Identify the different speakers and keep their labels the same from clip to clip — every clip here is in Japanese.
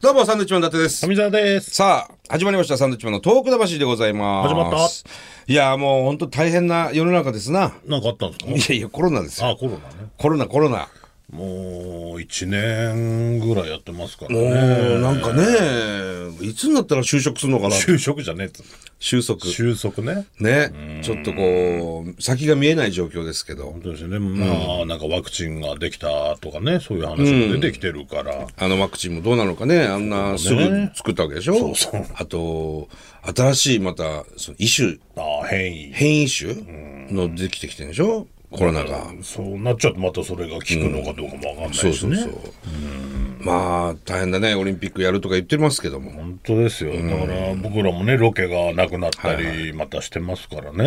Speaker 1: どうも、サンドウィッチマン伊達です。
Speaker 2: 富澤です。
Speaker 1: さあ、始まりました、サンドウィッチマンのトーク魂でございます。
Speaker 2: 始まった
Speaker 1: いや、もう本当大変な世の中ですな。
Speaker 2: なんかあったんで
Speaker 1: い
Speaker 2: す
Speaker 1: やいや、コロナです
Speaker 2: か
Speaker 1: よ。
Speaker 2: あ、コロナね。
Speaker 1: コロナ、コロナ。
Speaker 2: もう、一年ぐらいやってますから
Speaker 1: お
Speaker 2: ね。
Speaker 1: ー、なんかね、いつになったら就職するのかな
Speaker 2: 就職じゃねえっつう
Speaker 1: 収束。
Speaker 2: 収束ね。
Speaker 1: ね。ちょっとこう、先が見えない状況ですけど
Speaker 2: 本。当ですね。まあ、なんかワクチンができたとかね、そういう話も出てきてるから。
Speaker 1: あのワクチンもどうなのかね、あんなすぐ作ったわけでしょ
Speaker 2: うそう
Speaker 1: あと、新しいまた、その異種、
Speaker 2: ああ、変異。
Speaker 1: 変異種のできてきてるでしょコロナが。
Speaker 2: そうなっちゃうとまたそれが効くのかどうかもわかんないし
Speaker 1: そう
Speaker 2: ね。
Speaker 1: そうそう。まあ、大変だね。オリンピックやるとか言ってますけども。
Speaker 2: 本当ですよ。だから僕らもね、ロケがなくなったり、またしてますからね。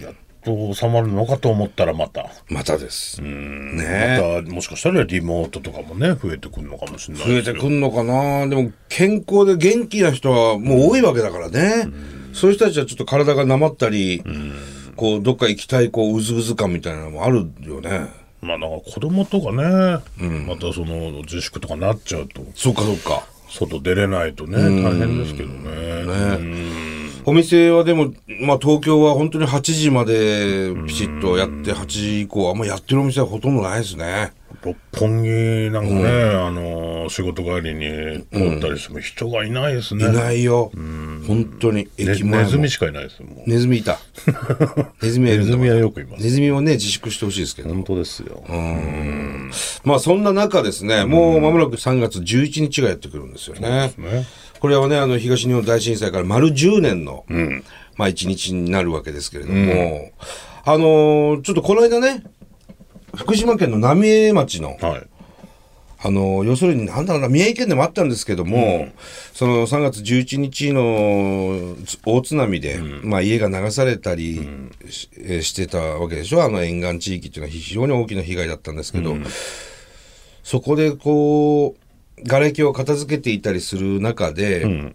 Speaker 2: やっと収まるのかと思ったらまた。
Speaker 1: またです。ね
Speaker 2: またもしかしたらリモートとかもね増えてくるのかもしれない
Speaker 1: 増えてくんのかなでも、健康で元気な人はもう多いわけだからね。そういう人たちはちょっと体がなまったり、こう、どっか行きたい、こう、うずうず感みたいなのもあるよね。
Speaker 2: まあなんか子供とかね、またその自粛とかなっちゃうと
Speaker 1: そうか、そうか。
Speaker 2: 外出れないとね大変ですけどねうん
Speaker 1: お店はでも、まあ、東京は本当に8時までピシッとやって、8時以降、あんまやってるお店はほとんどないですね。
Speaker 2: 六本木なんかね、あのー仕事帰りに通ったりしても人がいないですね,
Speaker 1: い
Speaker 2: ね、
Speaker 1: ないよ。本当に。駅前も
Speaker 2: ネズミしかいないですもう
Speaker 1: ネズミい た。ネズミはい
Speaker 2: ネ
Speaker 1: るん
Speaker 2: ズ
Speaker 1: だ
Speaker 2: ミはよくいます
Speaker 1: ネズミもね、自粛してほしいですけど。
Speaker 2: 本当ですよ、
Speaker 1: まあそんな中ですね、もう間もなく3月11日がやってくるんですよね。
Speaker 2: ね
Speaker 1: これはね、あの東日本大震災から丸10年の、まあ1日になるわけですけれども、あのーちょっとこの間ね、福島県の浪江町の、
Speaker 2: はい
Speaker 1: あの、要するに、なんだろうな、宮城県でもあったんですけども、その3月11日のつ大津波で、まあ家が流されたりし,えー、してたわけでしょ、あの沿岸地域っていうのは非常に大きな被害だったんですけど、そこでこう、瓦礫を片付けていたりする中で、例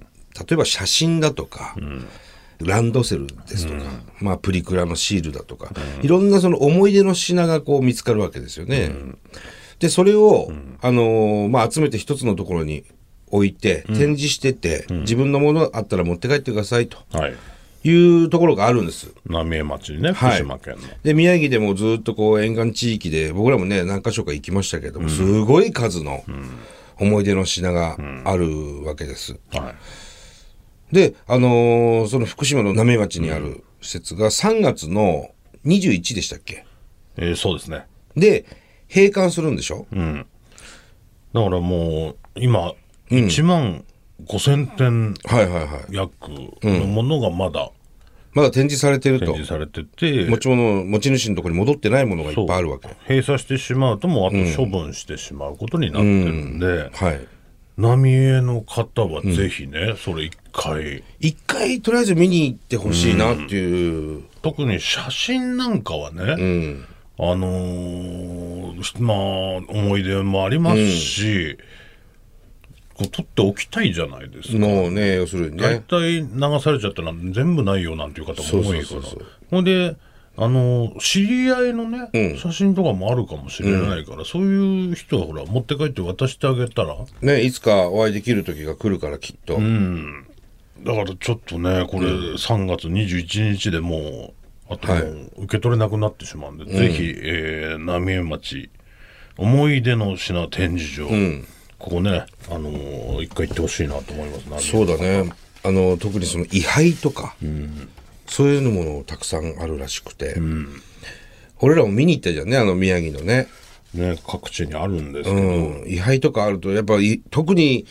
Speaker 1: えば写真だとか、ランドセルですとか、まあ、プリクラのシールだとか、いろんなその思い出の品がこう見つかるわけですよね。で、それを、あのーまあ、集めて一つのところに置いて、展示してて、自分のものあったら持って帰ってくださいと
Speaker 2: はい
Speaker 1: いうところがあるんです。
Speaker 2: 浪江町にね福島県の、
Speaker 1: で、宮城でもずっとこう沿岸地域で、僕らもね、何箇所か行きましたけども、すごい数の思い出の品があるわけです。
Speaker 2: はい
Speaker 1: で、あのーその福島の浪江町にある施設が3月の21でしたっけ
Speaker 2: えーそうですね
Speaker 1: で、閉館するんでしょ、
Speaker 2: だからもう今1万5000点、
Speaker 1: はいはいはい。
Speaker 2: 約のものがまだ
Speaker 1: まだ展示されてる
Speaker 2: 展
Speaker 1: と。
Speaker 2: 示されてて、
Speaker 1: 持ち物、持ち主のところに戻ってないものがい
Speaker 2: そ
Speaker 1: っ
Speaker 2: う
Speaker 1: ぱいあるわけ。
Speaker 2: 閉鎖してしまうともうあと処分してしまうことになってるんで、
Speaker 1: はい。
Speaker 2: 浪江の方はぜひね、それ一回
Speaker 1: 一回とりあえず見に行ってほしいなっていう。
Speaker 2: 特に写真なんかはね、あのーまあ思い出もありますし、こう撮っておきたいじゃないですか。
Speaker 1: のをね、要するに
Speaker 2: 大
Speaker 1: ね。
Speaker 2: 体流されちゃったら全部ないよなんていう方も多いか
Speaker 1: そうそうそうそう
Speaker 2: らほんであの知り合いのね、写真とかもあるかもしれないから、そういう人はほら持って帰って渡してあげたら
Speaker 1: ね、いつかお会いできる時が来るからきっと。
Speaker 2: だからちょっとねこれ3月21日でもうあともう受け取れなくなってしまうんで、ぜひ、えー浪江町思い出の品展示場、ここね、あのー一回行ってほしいなと思います浪江
Speaker 1: そうだね。あの、特にその位牌とか、そういうのものたくさんあるらしくて。俺らも見に行ったじゃんね、あの宮城のね。
Speaker 2: ね各地にあるんですけど、
Speaker 1: うん、位牌とかあると、やっぱり特に、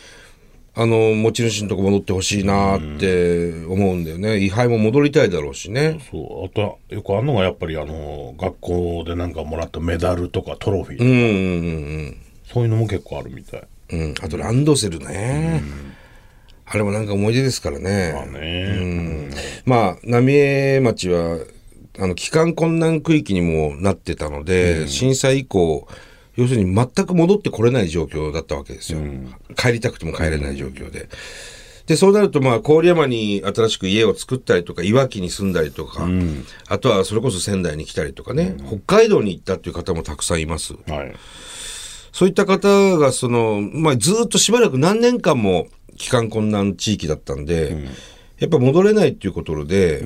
Speaker 1: あの、持ち主のとこ戻ってほしいなって思うんだよね。位牌も戻りたいだろうしね。
Speaker 2: そうあとはよくあるのがやっぱりあの学校でなんかもらったメダルとかトロフィー、
Speaker 1: うんうんうん
Speaker 2: そういうのも結構あるみたい
Speaker 1: うん。うん、あとランドセルね。あれもなんか思い出ですからね。
Speaker 2: だね、
Speaker 1: まあ、浪江町は、あの、帰還困難区域にもなってたので、震災以降、要するに全く戻ってこれない状況だったわけですよ。帰りたくても帰れない状況で。で、そうなると、まあ、郡山に新しく家を作ったりとか、いわきに住んだりとか、あとはそれこそ仙台に来たりとかね、北海道に行ったっていう方もたくさんいます。
Speaker 2: はい
Speaker 1: そういった方がその、まあ、ずっとしばらく何年間も帰還困難地域だったんで、やっぱ戻れないっていうことで、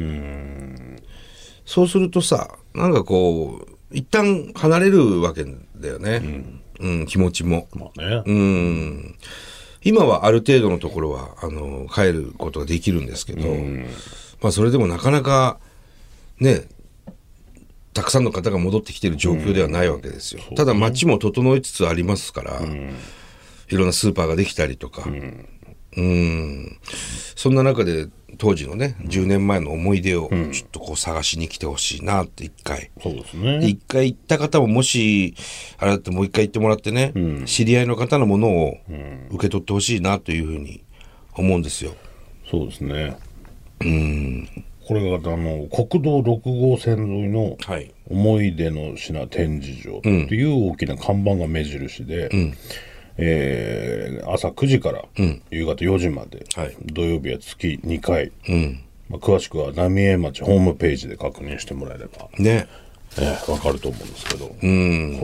Speaker 1: そうするとさなんかこう一旦離れるわけだよね、うん気持ちも。
Speaker 2: まあね、
Speaker 1: うん今はある程度のところはあの帰ることができるんですけど、まあ、それでもなかなかねたくさんの方が戻ってきてる状況ではないわけですよ、ただ街も整いつつありますから、いろんなスーパーができたりとか、うん、そんな中で当時のね10年前の思い出をちょっとこう探しに来てほしいなって一回。
Speaker 2: そうです
Speaker 1: で
Speaker 2: ね。
Speaker 1: 一回行った方ももしあれだってもう一回行ってもらってね、知り合いの方のものを受け取ってほしいなというふうに思うんですよ。
Speaker 2: そうですね。これがあの国道6号線沿いの
Speaker 1: はい
Speaker 2: 思い出の品展示場っていう大きな看板が目印で、えー朝9時から夕方4時まで、
Speaker 1: はい
Speaker 2: 土曜日は月2回、まあ、詳しくは浪江町ホームページで確認してもらえれば、
Speaker 1: ね
Speaker 2: えーわかると思うんですけど、こ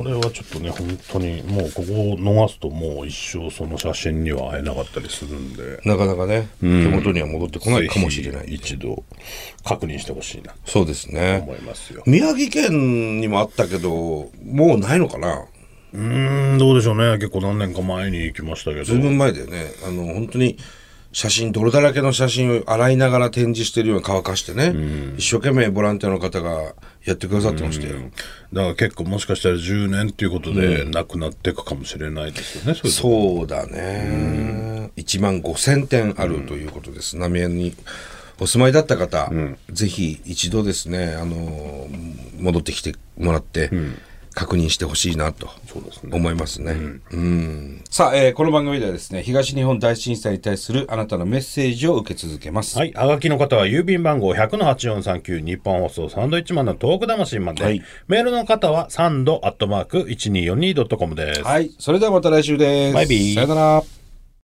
Speaker 2: れはちょっとね本当にもうここを逃すともう一生その写真には会えなかったりするんで。
Speaker 1: なかなかね、手元には戻ってこないかもしれな
Speaker 2: ぜ
Speaker 1: い
Speaker 2: ひ。一度確認してほしいな
Speaker 1: そうです
Speaker 2: と
Speaker 1: ね
Speaker 2: 思。いますよ。
Speaker 1: 宮城県にもあったけどもうないのかな
Speaker 2: うーん、どうでしょうね。結構何年か前に行きましたけ
Speaker 1: ずいぶ
Speaker 2: ど。
Speaker 1: ん前だよねあの本当に写真泥だらけの写真を洗いながら展示してるように乾かしてね、一生懸命ボランティアの方がやってくださってましたよ。
Speaker 2: だから結構もしかしたら10年っていうことでなくなっていくかもしれないですよね。それで
Speaker 1: そうだね。1万5000点あるということです。浪江にお住まいだった方、ぜひ一度ですね、あのー戻ってきてもらって、確認してほしいなと
Speaker 2: そうですね。
Speaker 1: 思いますね。うんさあ、えーこの番組ではですね、東日本大震災に対するあなたのメッセージを受け続けます。
Speaker 2: はい。あがきの方は郵便番号100-8439日本放送サンドイッチマンのトーク魂まで。
Speaker 1: はい
Speaker 2: メールの方はサンドアットマーク 1242.com です。
Speaker 1: はい、それではまた来週です。
Speaker 2: バイビー
Speaker 1: さよなら。